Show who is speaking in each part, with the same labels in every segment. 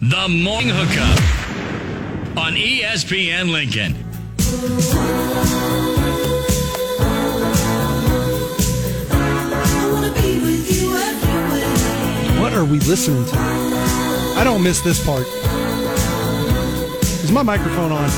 Speaker 1: The Morning Hookup on E ESPN Lincoln.
Speaker 2: What are we listening to? I don't miss this part. Is my microphone on?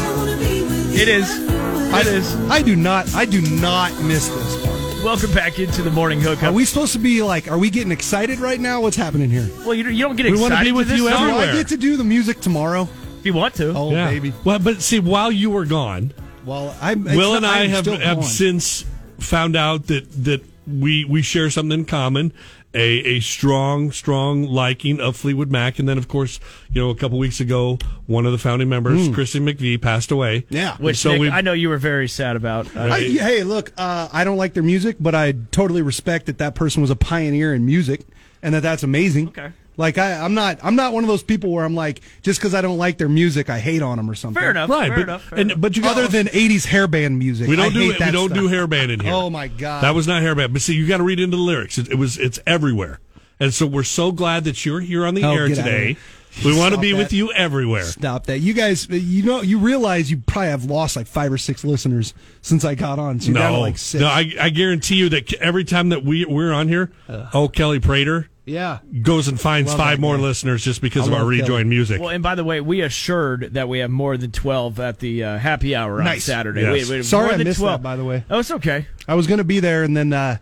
Speaker 3: It is. It is.
Speaker 2: I do not. I do not miss this part.
Speaker 3: Welcome back into the morning
Speaker 2: Are
Speaker 3: hookup.
Speaker 2: we supposed to be like? Are we getting excited right now? What's happening here?
Speaker 3: well, you, you don't get
Speaker 4: We wanna
Speaker 3: excited
Speaker 4: be with
Speaker 3: this
Speaker 4: you
Speaker 3: song.
Speaker 2: Do I
Speaker 4: everywhere.
Speaker 2: get to do the music tomorrow?
Speaker 3: if you want to.
Speaker 2: Oh,
Speaker 4: Yeah.
Speaker 2: baby.
Speaker 4: Well, but see, while you were gone,
Speaker 2: Well, I'm.
Speaker 4: Will and I
Speaker 2: I'm
Speaker 4: have,
Speaker 2: still
Speaker 4: have
Speaker 2: gone.
Speaker 4: since found out that that we we share something in common. A, a strong, strong liking of Fleetwood Mac. And then, of course, you know, a couple weeks ago, one of the founding members, Christy McVie, passed away.
Speaker 2: Hmm. Yeah.
Speaker 4: And
Speaker 3: Which
Speaker 4: so
Speaker 3: Nick,
Speaker 4: we,
Speaker 3: I know you were very sad about.
Speaker 2: I,
Speaker 3: Uh,
Speaker 2: hey, look, uh, I don't like their music, but I totally respect that that person was a pioneer in music, and that that's amazing.
Speaker 3: Okay.
Speaker 2: Like I, I'm not, I'm not one of those people where I'm like, just because I don't like their music, I hate on them or something.
Speaker 3: fair enough.
Speaker 4: Right.
Speaker 3: Fair
Speaker 4: but,
Speaker 3: enough. fair
Speaker 4: and,
Speaker 3: enough.
Speaker 4: but you got
Speaker 2: Other than '80s hairband music,
Speaker 4: We
Speaker 2: Oh, I
Speaker 4: don't do
Speaker 2: hate
Speaker 4: it. We
Speaker 2: that
Speaker 4: don't
Speaker 2: stuff.
Speaker 4: do hairband in here.
Speaker 2: Oh, my God.
Speaker 4: that was not hairband. But see, you got to read into the lyrics. It, it was it's everywhere, and so we're so glad that you're here on the
Speaker 2: Oh,
Speaker 4: air
Speaker 2: get outta
Speaker 4: today.
Speaker 2: here.
Speaker 4: We want to
Speaker 2: Stop
Speaker 4: be
Speaker 2: that.
Speaker 4: with you everywhere.
Speaker 2: Stop that, you guys. You know, you realize you probably have lost like five or six listeners since I got on. So you're down to
Speaker 4: No,
Speaker 2: like six.
Speaker 4: no, I, I guarantee you that every time that we we're on here, oh Kelly Prater
Speaker 2: yeah.
Speaker 4: goes and finds
Speaker 2: Love
Speaker 4: five
Speaker 2: that
Speaker 4: more
Speaker 2: guy.
Speaker 4: listeners just because
Speaker 2: I
Speaker 4: of our
Speaker 2: love Kelly.
Speaker 4: rejoin music.
Speaker 3: well, and by the way, we assured that we have more than twelve at the uh, happy hour on
Speaker 2: Nice.
Speaker 3: Saturday.
Speaker 4: Yes.
Speaker 3: We, we,
Speaker 2: Sorry
Speaker 3: more
Speaker 2: I
Speaker 3: than
Speaker 2: missed that,
Speaker 3: 12.
Speaker 2: by the way.
Speaker 3: Oh, it's okay.
Speaker 2: I was going to be there, and then uh,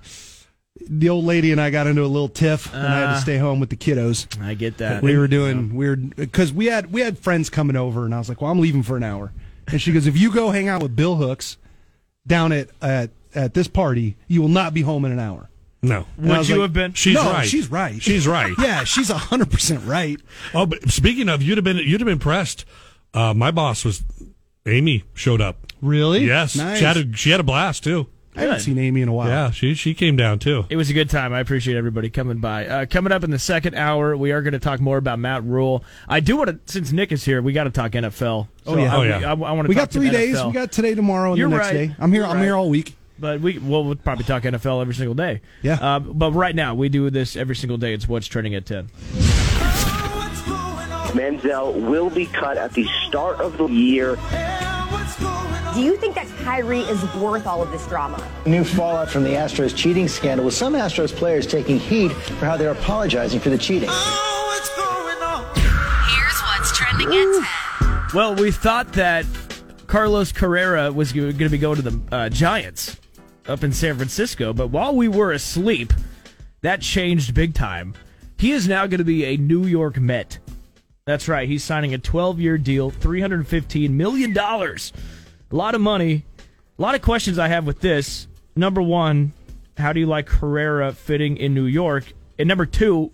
Speaker 2: the old lady and I got into a little tiff, and I had to stay home with the kiddos.
Speaker 3: I get that.
Speaker 2: we were doing weird because we had we had friends coming over, and I was like, "Well, I'm leaving for an hour," and she goes, "If you go hang out with Bill Hooks down at at, at this party, you will not be home in an hour."
Speaker 4: no,
Speaker 2: I
Speaker 3: Would
Speaker 2: was
Speaker 3: you
Speaker 2: like,
Speaker 3: have been?
Speaker 4: she's
Speaker 2: no,
Speaker 4: right.
Speaker 2: She's right.
Speaker 4: She's right.
Speaker 2: yeah, she's hundred percent right.
Speaker 4: Oh, but speaking of, you'd have been you'd have been impressed. Uh, my boss was Amy showed up.
Speaker 2: Really?
Speaker 4: Yes,
Speaker 2: Nice.
Speaker 4: she had a, she had a blast too.
Speaker 2: I haven't seen Amy in a while.
Speaker 4: Yeah, she she came down too.
Speaker 3: It was a good time. I appreciate everybody coming by. Uh, coming up in the second hour, we are going to talk more about Matt Rule. I do want to, since Nick is here, we got to talk NFL. So
Speaker 2: Oh, yeah.
Speaker 3: I,
Speaker 4: Oh, yeah.
Speaker 3: I, want to.
Speaker 2: We got three days. We got today, tomorrow, and
Speaker 3: You're
Speaker 2: the next
Speaker 3: right.
Speaker 2: day. I'm here.
Speaker 3: You're
Speaker 2: I'm here
Speaker 3: right.
Speaker 2: all week.
Speaker 3: But we well, we'll probably talk NFL every single day.
Speaker 2: Yeah.
Speaker 3: Uh, but right now we do this every single day. It's what's trending at ten.
Speaker 5: Manziel will be cut at the start of the year.
Speaker 6: Do you think that Kyrie is worth all of this drama?
Speaker 7: New fallout from the Astros cheating scandal with some Astros players taking heed for how they're apologizing for the cheating.
Speaker 8: Here's what's trending at 10.
Speaker 3: Well, we thought that Carlos Carrera was going to be going to the uh, Giants up in San Francisco, but while we were asleep, that changed big time. He is now going to be a New York Met. That's right. He's signing a 12-year deal, 315 million dollars. A lot of money. A lot of questions I have with this. Number 1, how do you like Carrera fitting in New York? And number 2,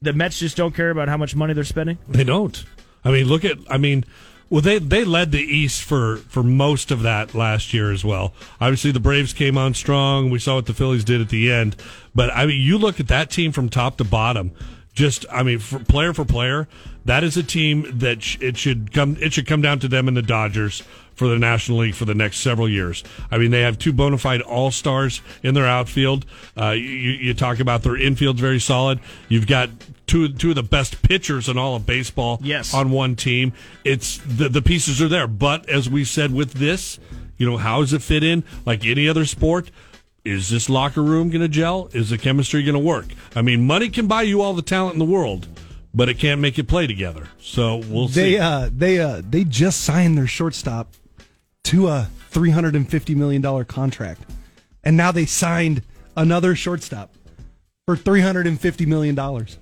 Speaker 3: the Mets just don't care about how much money they're spending?
Speaker 4: They don't. I mean, look at. I mean, well, they they led the East for for most of that last year as well. Obviously, the Braves came on strong. We saw what the Phillies did at the end. But I mean, you look at that team from top to bottom. Just, I mean, for player for player, that is a team that sh- it should come. It should come down to them and the Dodgers for the National League for the next several years. I mean, they have two bona fide all stars in their outfield. Uh, you, you talk about their infield's very solid. You've got two two of the best pitchers in all of baseball.
Speaker 3: Yes.
Speaker 4: on one team, it's the the pieces are there. But as we said with this, you know, how does it fit in? Like any other sport. Is this locker room going to gel? Is the chemistry going to work? I mean, money can buy you all the talent in the world, but it can't make you play together. So we'll see.
Speaker 2: They uh they uh they just signed their shortstop to a three hundred and fifty million dollar contract, and now they signed another shortstop for three hundred and fifty million dollars.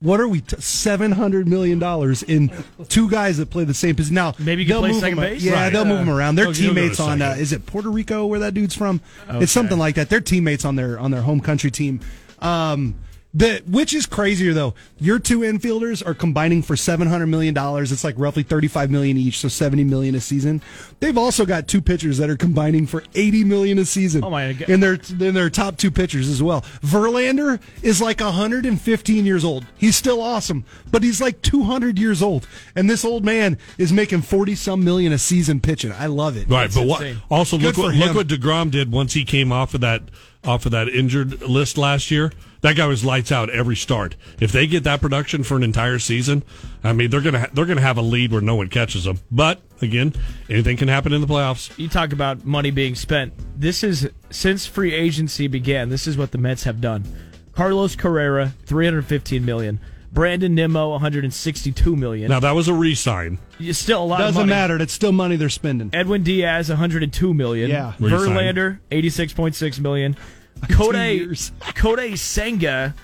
Speaker 2: What are we t- seven hundred million dollars in two guys that play the same position? Now
Speaker 3: Maybe you can
Speaker 2: they'll
Speaker 3: play
Speaker 2: move
Speaker 3: second
Speaker 2: them a-
Speaker 3: base?
Speaker 2: Yeah,
Speaker 4: Right.
Speaker 2: they'll move them around. Their
Speaker 4: Oh, you'll go to
Speaker 2: teammates on uh,
Speaker 4: second.
Speaker 2: is it Puerto Rico where that dude's from? It's something like that. Their teammates on their on their home country team. Um, the which is crazier though. Your two infielders are combining for seven hundred million dollars. It's like roughly thirty five million each, so seventy million a season. They've also got two pitchers that are combining for eighty million a season.
Speaker 3: Oh, my God.
Speaker 2: In their in their top two pitchers as well. Verlander is like hundred and fifteen years old. He's still awesome, but he's like two hundred years old, and this old man is making forty some million a season pitching. I love it.
Speaker 4: Right, but what?
Speaker 3: insane.
Speaker 4: Also,
Speaker 2: Good
Speaker 4: look
Speaker 2: for
Speaker 4: what
Speaker 2: him.
Speaker 4: look what Degrom did once he came off of that off of that injured list last year. That guy was lights out every start. If they get that production for an entire season, I mean they're gonna ha- they're gonna have a lead where no one catches them. But again, anything can happen in the playoffs.
Speaker 3: You talk about money being spent. This is since free agency began. This is what the Mets have done. Carlos Carrera, 315 million. Brandon Nimmo, 162 million.
Speaker 4: Now that was a re-sign.
Speaker 3: It's still a lot of
Speaker 2: Doesn't
Speaker 3: money.
Speaker 2: matter. That's still money they're spending.
Speaker 3: Edwin Diaz, 102 million.
Speaker 2: Yeah.
Speaker 4: Re-signed.
Speaker 3: Verlander, 86.6 million. Kode,
Speaker 2: years.
Speaker 3: Kode Senga,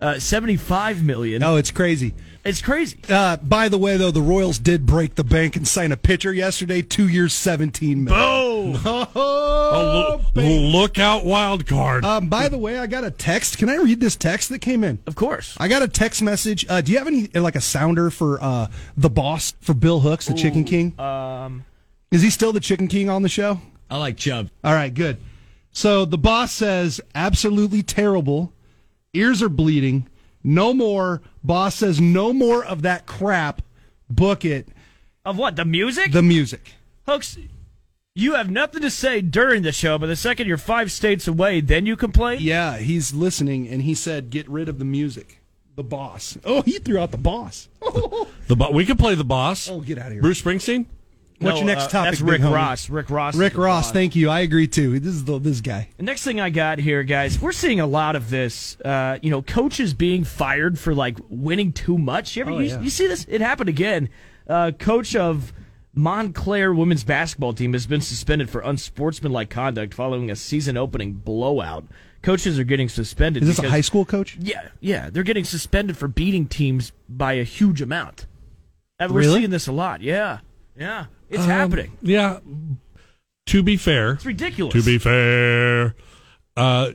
Speaker 3: uh, 75 million.
Speaker 2: No, Oh, it's crazy.
Speaker 3: It's crazy.
Speaker 2: Uh, by the way, though, the Royals did break the bank and sign a pitcher yesterday, two years, seventeen million. Oh,
Speaker 4: Oh, lo-
Speaker 2: baby.
Speaker 4: look out, wild card.
Speaker 2: Um, by the way, I got a text. Can I read this text that came in?
Speaker 3: Of course.
Speaker 2: I got a text message. Uh, do you have any like a sounder for uh, the boss for Bill Hooks, the Chicken King? Um, is he still the Chicken King on the show?
Speaker 1: I like Chubb.
Speaker 2: All right, good. So the boss says absolutely terrible. Ears are bleeding. No more. Boss says no more of that crap. Book it.
Speaker 3: Of what? The music?
Speaker 2: The music.
Speaker 3: Hooks, you have nothing to say during the show, but the second you're five states away, then you complain?
Speaker 2: Yeah, he's listening, and he said, "Get rid of the music." The boss. Oh, he threw out the boss.
Speaker 4: the bo- we could play the boss.
Speaker 2: Oh, get outta here.
Speaker 4: Bruce Springsteen.
Speaker 2: What's your next
Speaker 3: uh,
Speaker 2: topic,
Speaker 3: That's
Speaker 2: big
Speaker 3: Rick
Speaker 2: homie?
Speaker 3: Ross. Rick Ross. is
Speaker 2: Rick
Speaker 3: the
Speaker 2: Ross.
Speaker 3: boss.
Speaker 2: Thank you. I agree too. This is the this guy.
Speaker 3: The next thing I got here, guys, we're seeing a lot of this. Uh, you know, coaches being fired for like winning too
Speaker 2: Oh,
Speaker 3: much. You, ever, you, you see this? It happened again. Uh, coach of Montclair women's basketball team has been suspended for unsportsmanlike conduct following a season-opening blowout. Coaches are getting suspended.
Speaker 2: Is this a
Speaker 3: because-
Speaker 2: high school coach?
Speaker 3: Yeah, yeah, they're getting suspended for beating teams by a huge amount. And we're
Speaker 2: Really? Um,
Speaker 3: seeing this a lot. Yeah, yeah, it's happening.
Speaker 4: Yeah. To be fair,
Speaker 3: It's ridiculous.
Speaker 4: To be fair, uh,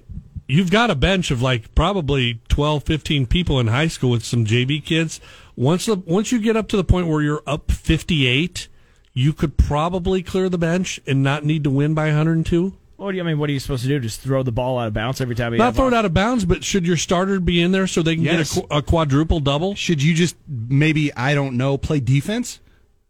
Speaker 4: you've got a bench of like probably 12, 15 people in high school with some JV kids. Once the, once you get up to the point where you're up 58, you could probably clear the bench and not need to win by 102.
Speaker 3: what do you I mean? What are you supposed to do? Just throw the ball out of bounds every time? you
Speaker 4: Not
Speaker 3: have
Speaker 4: throw it
Speaker 3: off-
Speaker 4: out of bounds, but should your starter be in there so they can
Speaker 2: Yes.
Speaker 4: get a, qu- a quadruple double?
Speaker 2: Should you just maybe I don't know play defense?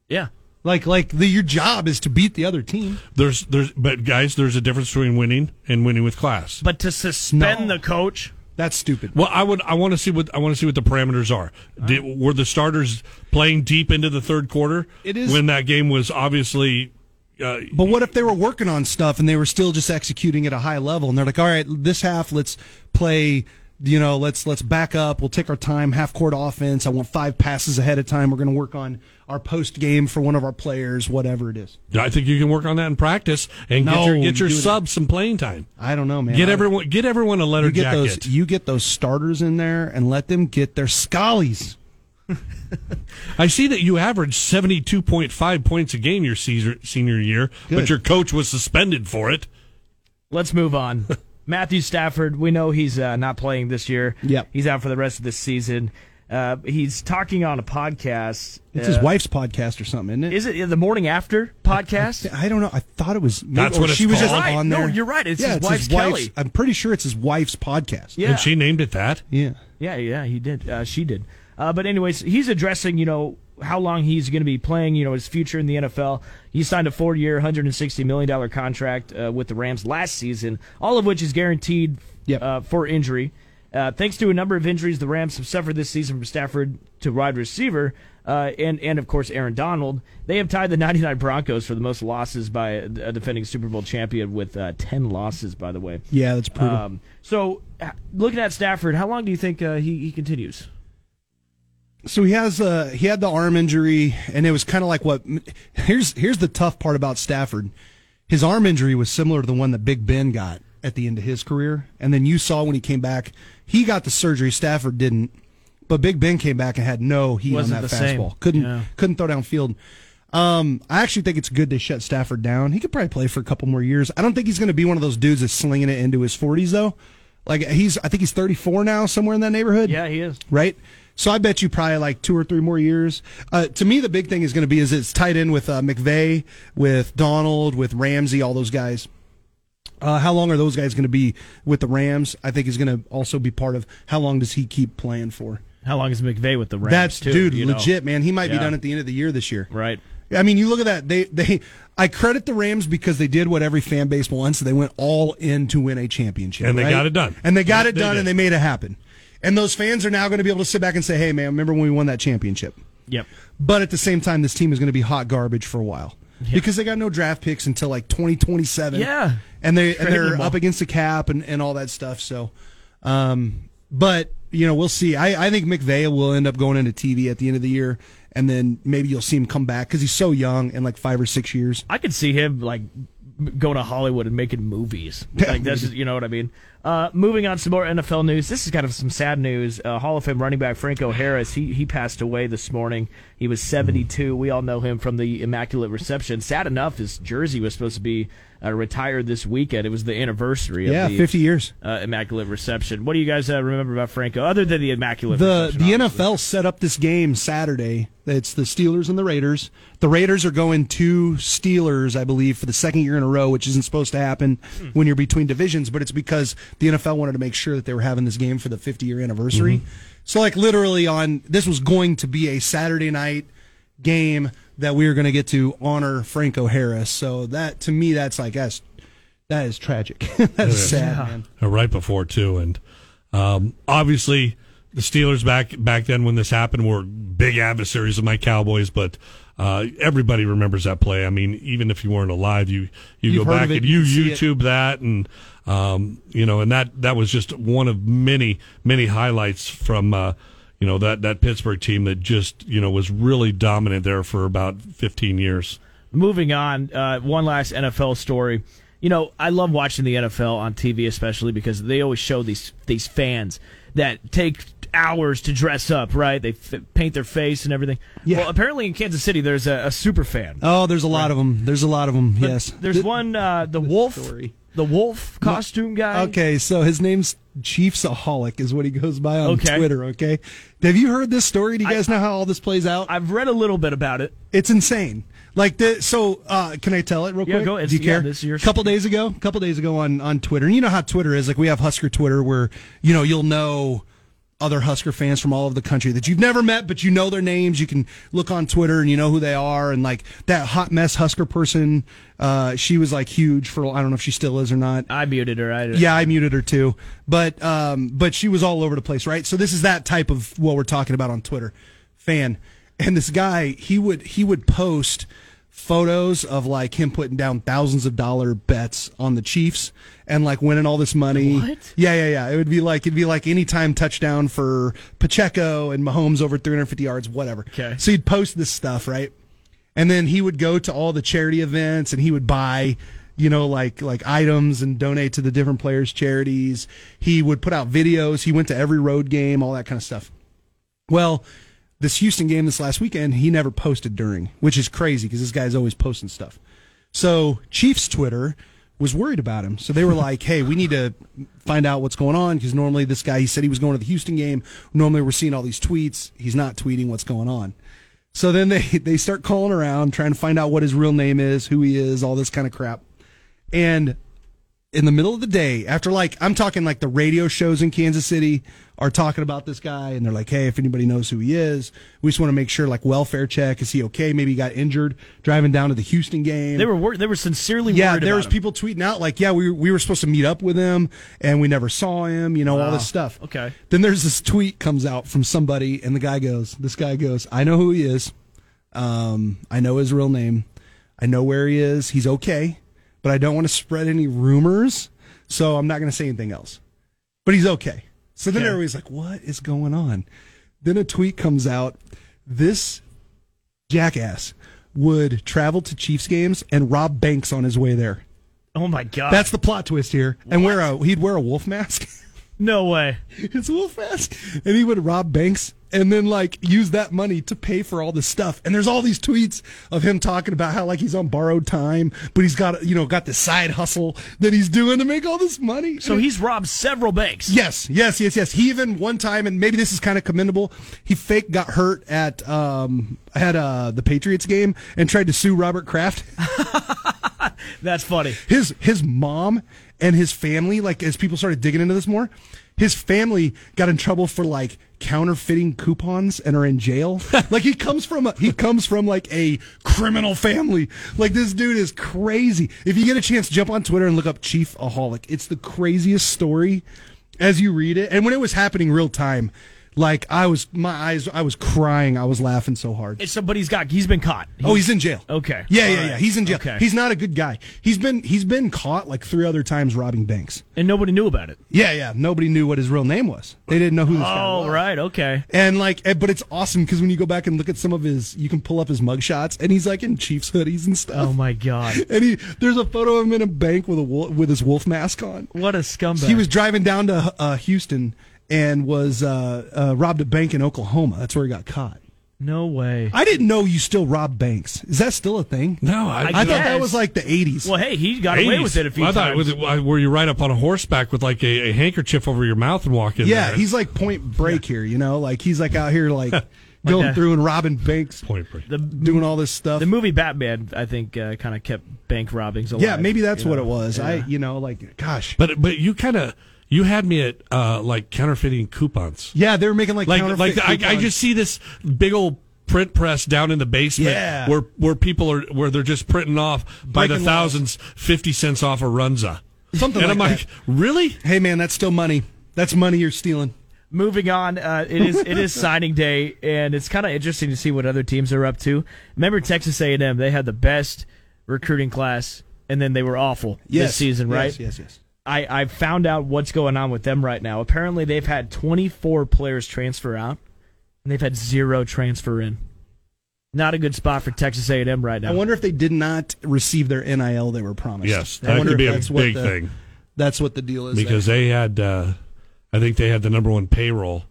Speaker 3: Yeah.
Speaker 2: Like like the, your job is to beat the other team.
Speaker 4: There's there's but guys, there's a difference between winning and winning with class.
Speaker 3: But to suspend
Speaker 2: No.
Speaker 3: the coach,
Speaker 2: That's stupid.
Speaker 4: Well, I would. I want to see what I want to see what the parameters are. Did, were the starters playing deep into the third quarter?
Speaker 2: It is-
Speaker 4: when that game was obviously. Uh,
Speaker 2: But what if they were working on stuff and they were still just executing at a high level and they're like, all right, this half, let's play, you know, let's let's back up. We'll take our time, half court offense. I want five passes ahead of time. We're going to work on our post game for one of our players, whatever it is.
Speaker 4: I think you can work on that in practice and
Speaker 2: No,
Speaker 4: get your get your
Speaker 2: you do
Speaker 4: subs some playing time.
Speaker 2: I don't know, man.
Speaker 4: Get
Speaker 2: I-
Speaker 4: everyone get everyone a letter
Speaker 2: you get
Speaker 4: jacket.
Speaker 2: those you get those starters in there and let them get their scollies.
Speaker 4: I see that you averaged seventy two point five points a game your senior senior year, but
Speaker 2: Good.
Speaker 4: your coach was suspended for it.
Speaker 3: let's move on. Matthew Stafford, we know he's uh, not playing this year.
Speaker 2: Yep.
Speaker 3: He's out for the rest of this season. Uh, he's talking on a podcast.
Speaker 2: It's
Speaker 3: uh,
Speaker 2: his wife's podcast or something, isn't it?
Speaker 3: Is it the morning after podcast?
Speaker 2: I don't know. I thought it was.
Speaker 4: That's
Speaker 2: or
Speaker 4: what it's
Speaker 2: she was just
Speaker 4: called?
Speaker 2: on
Speaker 3: No,
Speaker 2: there.
Speaker 3: you're right. It's
Speaker 2: yeah,
Speaker 3: his
Speaker 2: it's
Speaker 3: wife's
Speaker 2: his wife's.
Speaker 3: Kelly.
Speaker 2: I'm pretty sure it's his wife's podcast.
Speaker 3: yeah.
Speaker 4: And she named it that.
Speaker 2: Yeah.
Speaker 3: Yeah, yeah, he did. Uh, she did. Uh, but anyways, he's addressing you know how long he's going to be playing. You know his future in the NFL. He signed a four-year, 160 million dollar contract uh, with the Rams last season, all of which is guaranteed
Speaker 2: Yep.
Speaker 3: uh, for injury. Uh, thanks to a number of injuries the Rams have suffered this season from Stafford to wide receiver uh, and and of course Aaron Donald, they have tied the 99 Broncos for the most losses by a a defending Super Bowl champion with uh, 10 losses. By the way,
Speaker 2: Yeah, that's brutal.
Speaker 3: um, so, h- looking at Stafford, how long do you think uh, he, he continues?
Speaker 2: so he has uh he had the arm injury and it was kind of like what here's here's the tough part about Stafford his arm injury was similar to the one that Big Ben got at the end of his career and then you saw when he came back he got the surgery Stafford didn't but Big Ben came back and had no heat
Speaker 3: Wasn't
Speaker 2: on that
Speaker 3: the same.
Speaker 2: fastball couldn't
Speaker 3: Yeah.
Speaker 2: couldn't throw downfield um I actually think it's good they shut Stafford down he could probably play for a couple more years I don't think he's going to be one of those dudes that's slinging it into his 40s though like he's I think he's 34 now somewhere in that neighborhood
Speaker 3: he is.
Speaker 2: right? So I bet you probably like two or three more years. Uh, to me, the big thing is going to be is it's tied in with uh, McVay, with Donald, with Ramsey, all those guys. Uh, how long are those guys going to be with the Rams? I think is going to also be part of how long does he keep playing for?
Speaker 3: How long is McVay with the Rams?
Speaker 2: That's
Speaker 3: too,
Speaker 2: dude,
Speaker 3: you know?
Speaker 2: legit man. He might
Speaker 3: Yeah.
Speaker 2: be done at the end of the year this year.
Speaker 3: Right.
Speaker 2: I mean, you look at that. They they I credit the Rams because they did what every fan base wants. They went all in to win a championship,
Speaker 4: And they
Speaker 2: right?
Speaker 4: got it done.
Speaker 2: And they got it
Speaker 4: They
Speaker 2: done,
Speaker 4: did.
Speaker 2: and they made it happen. And those fans are now going to be able to sit back and say, hey, man, remember when we won that championship?
Speaker 3: Yep.
Speaker 2: But at the same time, this team is going to be hot garbage for a while because they got no draft picks until like 2027.
Speaker 3: Yeah.
Speaker 2: and they and they're
Speaker 3: Incredible.
Speaker 2: up against the cap and, and all that stuff. So, um, but you know we'll see. I I think McVay will end up going into TV at the end of the year, and then maybe you'll see him come back because he's so young in like five or six years.
Speaker 3: I could see him like m- going to Hollywood and making movies. Like that's just, you know what I mean. Uh, moving on, some more NFL news. This is kind of some sad news. Uh, Hall of Fame running back Franco Harris he he passed away this morning. He was 72.
Speaker 2: Mm-hmm.
Speaker 3: We all know him from the Immaculate Reception. Sad enough, his jersey was supposed to be uh, retired this weekend. It was the anniversary.
Speaker 2: Yeah,
Speaker 3: of the,
Speaker 2: 50 years.
Speaker 3: Uh, Immaculate Reception. What do you guys uh, remember about Franco other than the Immaculate?
Speaker 2: the
Speaker 3: Reception,
Speaker 2: the
Speaker 3: obviously?
Speaker 2: NFL set up this game Saturday. It's the Steelers and the Raiders. The Raiders are going to Steelers, I believe, for the second year in a row, which isn't supposed to happen when you're between divisions, but it's because the NFL wanted to make sure that they were having this game for the 50 year anniversary. So like literally on this was going to be a Saturday night game that we were going to get to honor Franco Harris. So that to me that's like that's that is tragic. that's sad, man.
Speaker 4: Uh, right before too, and um, obviously the Steelers back back then when this happened were big adversaries of my Cowboys, but uh, everybody remembers that play. I mean, even if you weren't alive, you you
Speaker 2: You've
Speaker 4: go
Speaker 2: heard
Speaker 4: back
Speaker 2: of it,
Speaker 4: and you
Speaker 2: you see it.
Speaker 4: YouTube that, and um, you know, and that that was just one of many many highlights from. Uh, you know that that Pittsburgh team that just you know was really dominant there for about 15 years.
Speaker 3: moving on, uh, one last NFL story. You know, I love watching the NFL on TV, especially because they always show these these fans that take hours to dress up, right? They f- paint their face and everything.
Speaker 2: Yeah.
Speaker 3: Well, apparently in Kansas City, there's a, a super fan.
Speaker 2: Oh, there's a lot of 'em. of them. There's a lot of them. yes.
Speaker 3: There's one, uh, the wolf,
Speaker 2: story.
Speaker 3: the wolf costume guy.
Speaker 2: Okay, so his name's Chiefsaholic is what he goes by on
Speaker 3: Okay.
Speaker 2: Twitter. Okay, have you heard this story? Do you
Speaker 3: I-
Speaker 2: guys know how all this plays out?
Speaker 3: I've read a little bit about it.
Speaker 2: it's insane. Like the so, uh, can I tell it real
Speaker 3: Yeah,
Speaker 2: quick?
Speaker 3: go ahead.
Speaker 2: Do you
Speaker 3: Yeah,
Speaker 2: care?
Speaker 3: this is your-
Speaker 2: couple days ago, couple days ago on on Twitter, and you know how Twitter is. Like we have Husker Twitter, where you know you'll know other Husker fans from all over the country that you've never met, but you know their names. You can look on Twitter and you know who they are. And like that hot mess Husker person, uh, she was like huge for. I don't know if she still is or not.
Speaker 3: I muted her. I
Speaker 2: Yeah, I muted her too. But um, but she was all over the place, right? So this is that type of what we're talking about on Twitter, fan. And this guy, he would he would post photos of like him putting down thousands of dollar bets on the Chiefs and like winning all this money.
Speaker 3: What?
Speaker 2: Yeah, yeah, yeah. It would be like it'd be like anytime touchdown for Pacheco and Mahomes over 350 yards, whatever.
Speaker 3: Okay.
Speaker 2: So he'd post this stuff, right? and then he would go to all the charity events and he would buy you know like like items and donate to the different players charities he would put out videos he went to every road game all that kind of stuff well this houston game this last weekend he never posted during which is crazy because this guy's always posting stuff so chiefs twitter was worried about him so they were like hey we need to find out what's going on because normally this guy he said he was going to the houston game normally we're seeing all these tweets he's not tweeting what's going on so then they they start calling around, trying to find out what his real name is, who he is, all this kind of crap. And in the middle of the day, after like I'm talking like the radio shows in Kansas City are talking about this guy, and they're like, "Hey, if anybody knows who he is, we just want to make sure like welfare check. Is he okay? Maybe he got injured driving down to the Houston game.
Speaker 3: They were wor- they were sincerely
Speaker 2: yeah,
Speaker 3: worried
Speaker 2: there
Speaker 3: about
Speaker 2: was
Speaker 3: him.
Speaker 2: people tweeting out like, "Yeah, we we were supposed to meet up with him, and we never saw him. You know, all this stuff."
Speaker 3: Okay.
Speaker 2: Then there's this tweet comes out from somebody, and the guy goes, "This guy goes, I know who he is. Um, I know his real name. I know where he is. He's okay, but I don't want to spread any rumors, so I'm not going to say anything else. But he's okay." So then
Speaker 3: Okay.
Speaker 2: everybody's like, "What is going on?" Then a tweet comes out. This jackass would travel to Chiefs games and rob banks on his way there.
Speaker 3: Oh my god!
Speaker 2: That's the plot twist here. And wear a he'd wear a wolf mask.
Speaker 3: no way.
Speaker 2: his wolf mask. And he would rob banks and then like use that money to pay for all this stuff. And there's all these tweets of him talking about how like he's on borrowed time, but he's got you know, got this side hustle that he's doing to make all this money.
Speaker 3: So he's robbed several banks.
Speaker 2: Yes, yes, yes, yes. He even one time, and maybe this is kind of commendable. He fake got hurt at um at uh the Patriots game and tried to sue Robert Kraft.
Speaker 3: That's funny.
Speaker 2: his his mom and his family like as people started digging into this more his family got in trouble for like counterfeiting coupons and are in jail like he comes from a, he comes from like a criminal family like this dude is crazy if you get a chance jump on twitter and look up chief aholic it's the craziest story as you read it. And when it was happening real time, like I was, my eyes, I was crying. I was laughing so hard.
Speaker 3: It's somebody's got. He's been caught.
Speaker 2: Oh, he's in jail.
Speaker 3: Okay.
Speaker 2: Yeah,
Speaker 3: All
Speaker 2: yeah,
Speaker 3: right.
Speaker 2: yeah. He's in jail.
Speaker 3: Okay.
Speaker 2: He's not a good guy. He's been he's been caught like three other times robbing banks.
Speaker 3: and nobody knew about it.
Speaker 2: Yeah, yeah. Nobody knew what his real name was. They didn't know who this guy was.
Speaker 3: Oh, right. Okay.
Speaker 2: And like, eh, but it's awesome because when you go back and look at some of his, you can pull up his mugshots, and he's like in Chiefs hoodies and stuff.
Speaker 3: Oh my God.
Speaker 2: And he, there's a photo of him in a bank with a wolf, with his wolf mask on.
Speaker 3: What a scumbag.
Speaker 2: He was driving down to uh, Houston and was uh, uh, robbed a bank in Oklahoma. That's where he got caught.
Speaker 3: No way.
Speaker 2: I didn't know you still rob banks. Is that still a thing?
Speaker 4: No, I,
Speaker 2: I thought that
Speaker 3: Yes.
Speaker 2: was like the 80s.
Speaker 3: Well, hey, he got away
Speaker 4: 80s.
Speaker 3: with it a few
Speaker 4: I thought,
Speaker 3: times.
Speaker 4: was it- why- were you right up on a horseback with like a, a handkerchief over your mouth and walking?
Speaker 2: yeah, he's like point break here, you know? Like he's like out here like going
Speaker 3: that.
Speaker 2: through and robbing banks,
Speaker 4: point break.
Speaker 2: doing all this stuff.
Speaker 3: the movie Batman, I think, uh, kind of kept bank robbings alive.
Speaker 2: yeah, maybe that's
Speaker 3: you
Speaker 2: what
Speaker 3: know?
Speaker 2: it was. I,
Speaker 3: Yeah.
Speaker 2: you know, like gosh.
Speaker 4: But but you kind of you had me at uh, like counterfeiting coupons.
Speaker 2: Yeah, they were making like
Speaker 4: Like
Speaker 2: counterfeit
Speaker 4: like I, I
Speaker 2: coupons.
Speaker 4: just see this big old print press down in the basement
Speaker 2: Yeah.
Speaker 4: where where people are where they're just printing off by the
Speaker 2: Breaking laws.
Speaker 4: thousands fifty cents off a runza.
Speaker 2: Something
Speaker 4: and
Speaker 2: like
Speaker 4: I'm like,
Speaker 2: that.
Speaker 4: really?
Speaker 2: hey man, that's still money. That's money you're stealing.
Speaker 3: Moving on, uh, it is it is signing day, and it's kind of interesting to see what other teams are up to. Remember Texas A and M? They had the best recruiting class, and then they were awful
Speaker 2: Yes,
Speaker 3: this season,
Speaker 2: yes,
Speaker 3: right?
Speaker 2: Yes, yes.
Speaker 3: I I found out what's going on with them right now. Apparently, they've had 24 players transfer out, and they've had zero transfer in. Not a good spot for Texas A and M right now.
Speaker 2: I wonder if they did not receive their NIL they were promised.
Speaker 4: Yes,
Speaker 2: I
Speaker 4: that
Speaker 2: wonder
Speaker 4: could
Speaker 2: if
Speaker 4: be a
Speaker 2: that's what
Speaker 4: big
Speaker 2: the-
Speaker 4: thing
Speaker 2: That's what the deal is. there.
Speaker 4: because they had uh, I think they had the number one payroll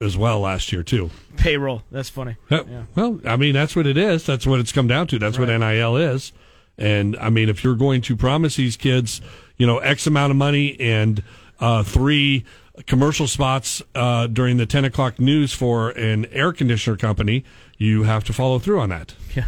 Speaker 4: as well last year too.
Speaker 3: payroll. That's funny.
Speaker 4: Uh, Well, I mean, that's what it is. That's what it's come down to. That's what NIL is. And I mean, if you're going to promise these kids, you know, X amount of money and uh, three commercial spots uh, during the 10 o'clock news for an air conditioner company, you have to follow through on that.
Speaker 3: Yeah.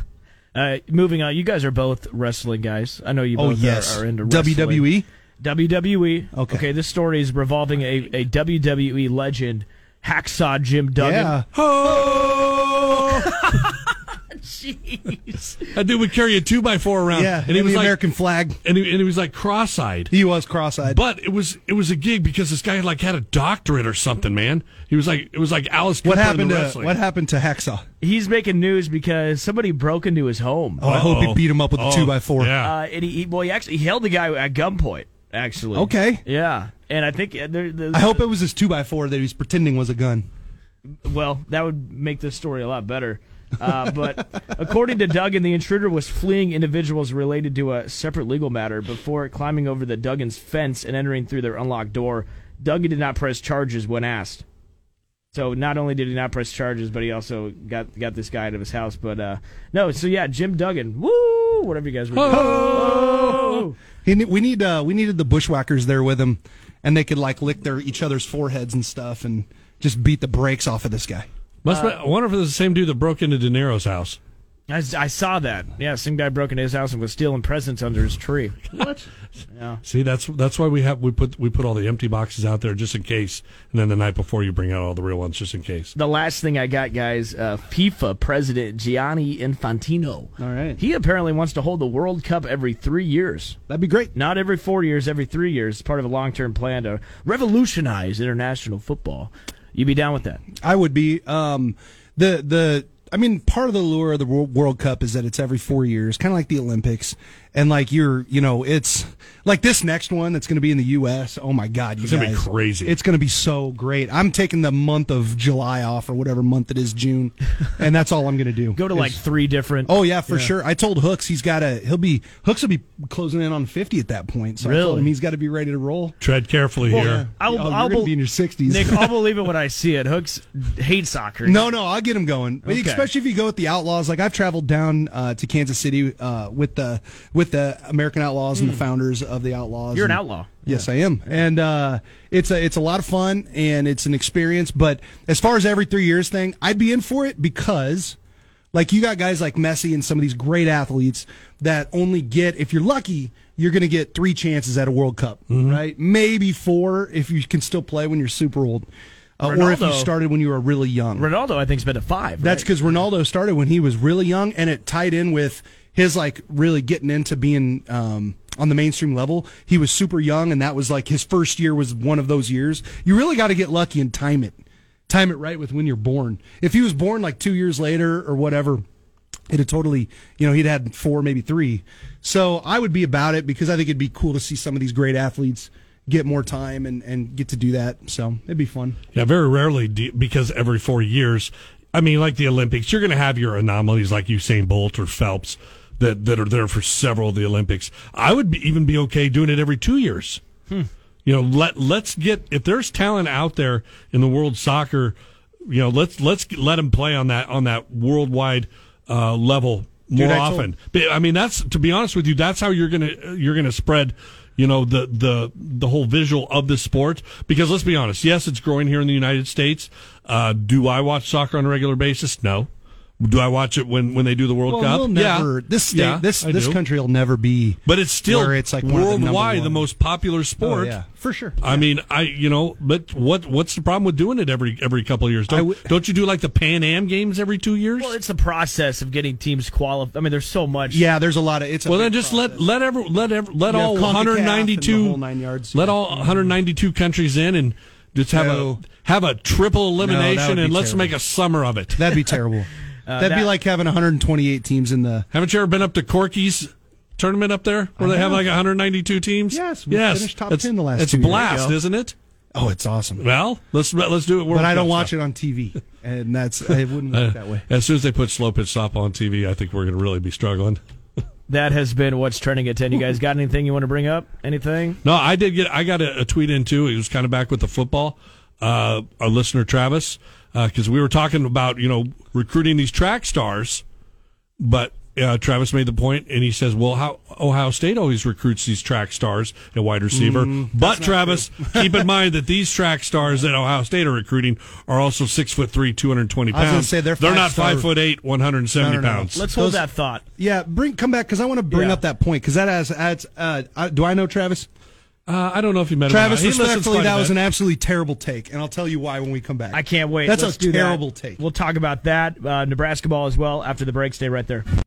Speaker 3: Uh, moving on, you guys are both wrestling guys. I know you
Speaker 2: oh
Speaker 3: both
Speaker 2: yes,
Speaker 3: are, are into wrestling.
Speaker 2: WWE.
Speaker 3: WWE.
Speaker 2: Okay.
Speaker 3: this story is revolving a, a WWE legend, Hacksaw Jim Duggan.
Speaker 2: Yeah,
Speaker 4: Oh!
Speaker 3: Jeez.
Speaker 4: that dude would carry a two by four around.
Speaker 2: yeah.
Speaker 4: And he was
Speaker 2: the
Speaker 4: like,
Speaker 2: American flag.
Speaker 4: and he, and he was like cross eyed.
Speaker 2: He was cross-eyed.
Speaker 4: But it was it was a gig because this guy like had a doctorate or something, man. He was like it was like Alice.
Speaker 2: what
Speaker 4: Cooper in
Speaker 2: happened
Speaker 4: the
Speaker 2: to
Speaker 4: wrestling.
Speaker 2: what happened to Hacksaw?
Speaker 3: He's making news because somebody broke into his home.
Speaker 2: Oh, I hope he
Speaker 4: Uh-oh.
Speaker 2: beat him up with a
Speaker 4: Oh,
Speaker 2: two by four.
Speaker 4: Yeah.
Speaker 3: Uh, and he, he- well, he actually he held the guy at gunpoint. Actually,
Speaker 2: Okay.
Speaker 3: yeah, and I think uh, there, there,
Speaker 2: I hope it was his two by four that he was pretending was a gun.
Speaker 3: Well, that would make this story a lot better. Uh, but according to Duggan, the intruder was fleeing individuals related to a separate legal matter before climbing over the Duggan's fence and entering through their unlocked door. Duggan did not press charges when asked. So not only did he not press charges, but he also got got this guy out of his house. But uh, no, so yeah, Jim Duggan, woo, whatever you guys were doing. Oh!
Speaker 2: He, ne- we need uh, we needed the bushwhackers there with him, and they could like lick their each other's foreheads and stuff, and just beat the brakes off of this guy.
Speaker 4: Must be, I wonder if it's the same dude that broke into De Niro's house.
Speaker 3: I, s- I saw that. Yeah, some guy broke into his house and was stealing presents under his tree. What?
Speaker 4: See, that's that's why we have we put we put all the empty boxes out there just in case, and then the night before you bring out all the real ones just in case.
Speaker 3: the last thing I got, guys, uh, FIFA president Gianni Infantino.
Speaker 2: All right.
Speaker 3: He apparently wants to hold the World Cup every three years.
Speaker 2: That'd be great.
Speaker 3: Not every four years, every three years. It's part of a long term plan to revolutionize international football. You'd be down with that.
Speaker 2: I would be. Um, the the I mean, part of the lure of the Wor- World Cup is that it's every four years, kind of like the Olympics, and like you're, you know, it's like this next one that's going to be in the U.S. Oh my God, you
Speaker 4: It's gonna be
Speaker 2: guys.
Speaker 4: crazy.
Speaker 2: It's going to be so great. I'm taking the month of July off or whatever month it is, June, and that's all I'm going to do.
Speaker 3: Go to like
Speaker 2: is-
Speaker 3: three different.
Speaker 2: Oh yeah, for sure. I told Hooks he's got to. He'll be Hooks will be closing in on fifty at that point. So I told
Speaker 3: Really?
Speaker 2: him he's got to be ready to roll.
Speaker 4: Tread carefully
Speaker 3: Well,
Speaker 4: here.
Speaker 3: I'll,
Speaker 2: Oh, you're
Speaker 3: I'll
Speaker 2: gonna
Speaker 3: bel-
Speaker 2: be in your 60s.
Speaker 3: Nick, I'll believe it when I see it. Hooks hate soccer.
Speaker 2: No, no, I'll get him going. But
Speaker 3: Okay.
Speaker 2: Especially if you go with the Outlaws. Like I've traveled down uh, to Kansas City uh, with the with the American Outlaws and the founders of the Outlaws.
Speaker 3: Hmm. You're an
Speaker 2: And-
Speaker 3: outlaw.
Speaker 2: Yes, I am, and uh, it's a it's a lot of fun and it's an experience. But as far as every three years thing, I'd be in for it because. Like you got guys like Messi and some of these great athletes that only get, if you're lucky, you're going to get three chances at a World Cup,
Speaker 3: Mm-hmm.
Speaker 2: right? Maybe four if you can still play when you're super old, uh, or if you
Speaker 3: Ronaldo-
Speaker 2: started when you were really young.
Speaker 3: Ronaldo, I think, has been to five.
Speaker 2: That's
Speaker 3: right?
Speaker 2: because Ronaldo started when he was really young, and it tied in with his like really getting into being um, on the mainstream level. He was super young, and that was like his first year was one of those years. You really got to get lucky and time it, time it right with when you're born. If he was born like two years later or whatever, it had totally, you know, he'd had four, maybe three. So I would be about it because I think it'd be cool to see some of these great athletes get more time and, and get to do that. So it'd be fun.
Speaker 4: Yeah, very rarely do, because every four years, I mean, like the Olympics, you're going to have your anomalies like Usain Bolt or Phelps that, that are there for several of the Olympics. I would be, even be okay doing it every two years. You know, let let's get if there's talent out there in the world soccer, you know, let's let's let them play on that on that worldwide uh, level more
Speaker 2: I told-
Speaker 4: often. But, I mean, that's to be honest with you, that's how you're gonna you're gonna spread, you know, the the the whole visual of the sport. Because let's be honest, yes, it's growing here in the United States. Uh, do I watch soccer on a regular basis? No. Do I watch it when when they do the World Cup?
Speaker 2: we'll never,
Speaker 4: yeah,
Speaker 2: this state,
Speaker 4: Yeah,
Speaker 2: this,
Speaker 4: I
Speaker 2: this
Speaker 4: do.
Speaker 2: country will never be,
Speaker 4: But it's still
Speaker 2: where it's like one of the number
Speaker 4: worldwide the,
Speaker 2: one.
Speaker 4: most popular sport.
Speaker 2: Oh, yeah. For sure.
Speaker 4: I mean, I you know, but what what's the problem with doing it every every couple of years? Don't,
Speaker 2: would-
Speaker 4: don't you do like the Pan Am games every two years?
Speaker 3: Well, it's the process of getting teams qualified. I mean, there's so much.
Speaker 2: yeah, there's a lot of, it's a
Speaker 4: Well,
Speaker 2: big
Speaker 4: then just
Speaker 2: process.
Speaker 4: let let every, let every, let
Speaker 2: Yeah,
Speaker 4: all
Speaker 2: CONCACAF and the
Speaker 4: 192
Speaker 2: whole nine yards.
Speaker 4: let all 192 countries in and just have
Speaker 2: No.
Speaker 4: a have a triple
Speaker 2: No, that
Speaker 4: elimination
Speaker 2: would be
Speaker 4: and let's
Speaker 2: terrible.
Speaker 4: make a summer of it.
Speaker 2: That'd be terrible.
Speaker 4: Uh,
Speaker 2: That'd be
Speaker 3: that-
Speaker 2: like having 128 teams in the.
Speaker 4: Haven't you ever been up to Corky's tournament up there where
Speaker 2: I
Speaker 4: they
Speaker 2: have.
Speaker 4: have like 192 teams?
Speaker 2: Yes, we
Speaker 4: yes.
Speaker 2: finished top
Speaker 4: It's-
Speaker 2: 10 the last
Speaker 4: It's
Speaker 2: two
Speaker 4: a
Speaker 2: years.
Speaker 4: blast,
Speaker 2: Yeah.
Speaker 4: isn't it?
Speaker 2: Oh, it's awesome.
Speaker 4: Well, let's let's do it.
Speaker 2: But I don't watch it on TV, and that's it wouldn't work that way.
Speaker 4: As soon as they put slow pitch softball on TV, I think we're going to really be struggling.
Speaker 3: That has been what's trending at 10. You guys got anything you want to bring up? Anything?
Speaker 4: No, I did get. I got a, a tweet in too. It was kind of back with the football. Uh, our listener Travis, because we were talking about you know recruiting these track stars, but uh, Travis made the point, and he says, "Well, how Ohio State always recruits these track stars and wide receiver."
Speaker 2: Mm,
Speaker 4: but Travis, keep in mind that these track stars that Ohio State are recruiting are also six foot three, two hundred twenty
Speaker 2: I was
Speaker 4: pounds.
Speaker 2: gonna say they're
Speaker 4: they're not
Speaker 2: five-star-
Speaker 4: five foot eight, one hundred seventy
Speaker 2: No, no, no.
Speaker 4: pounds.
Speaker 3: Let's hold
Speaker 2: Those-
Speaker 3: that thought.
Speaker 2: Yeah, bring come back because I want to bring
Speaker 3: Yeah.
Speaker 2: up that point because that has adds. Uh, I, do I know Travis?
Speaker 4: Uh, I don't know if you met him or
Speaker 2: Travis,
Speaker 4: not. He listens
Speaker 2: respectfully,
Speaker 4: quite a
Speaker 2: that was
Speaker 4: bit.
Speaker 2: an absolutely terrible take, and I'll tell you why when we come back.
Speaker 3: I can't wait.
Speaker 2: That's
Speaker 3: Let's
Speaker 2: a
Speaker 3: do that.
Speaker 2: terrible take.
Speaker 3: We'll talk about that. Uh, Nebraska ball as well after the break. Stay right there.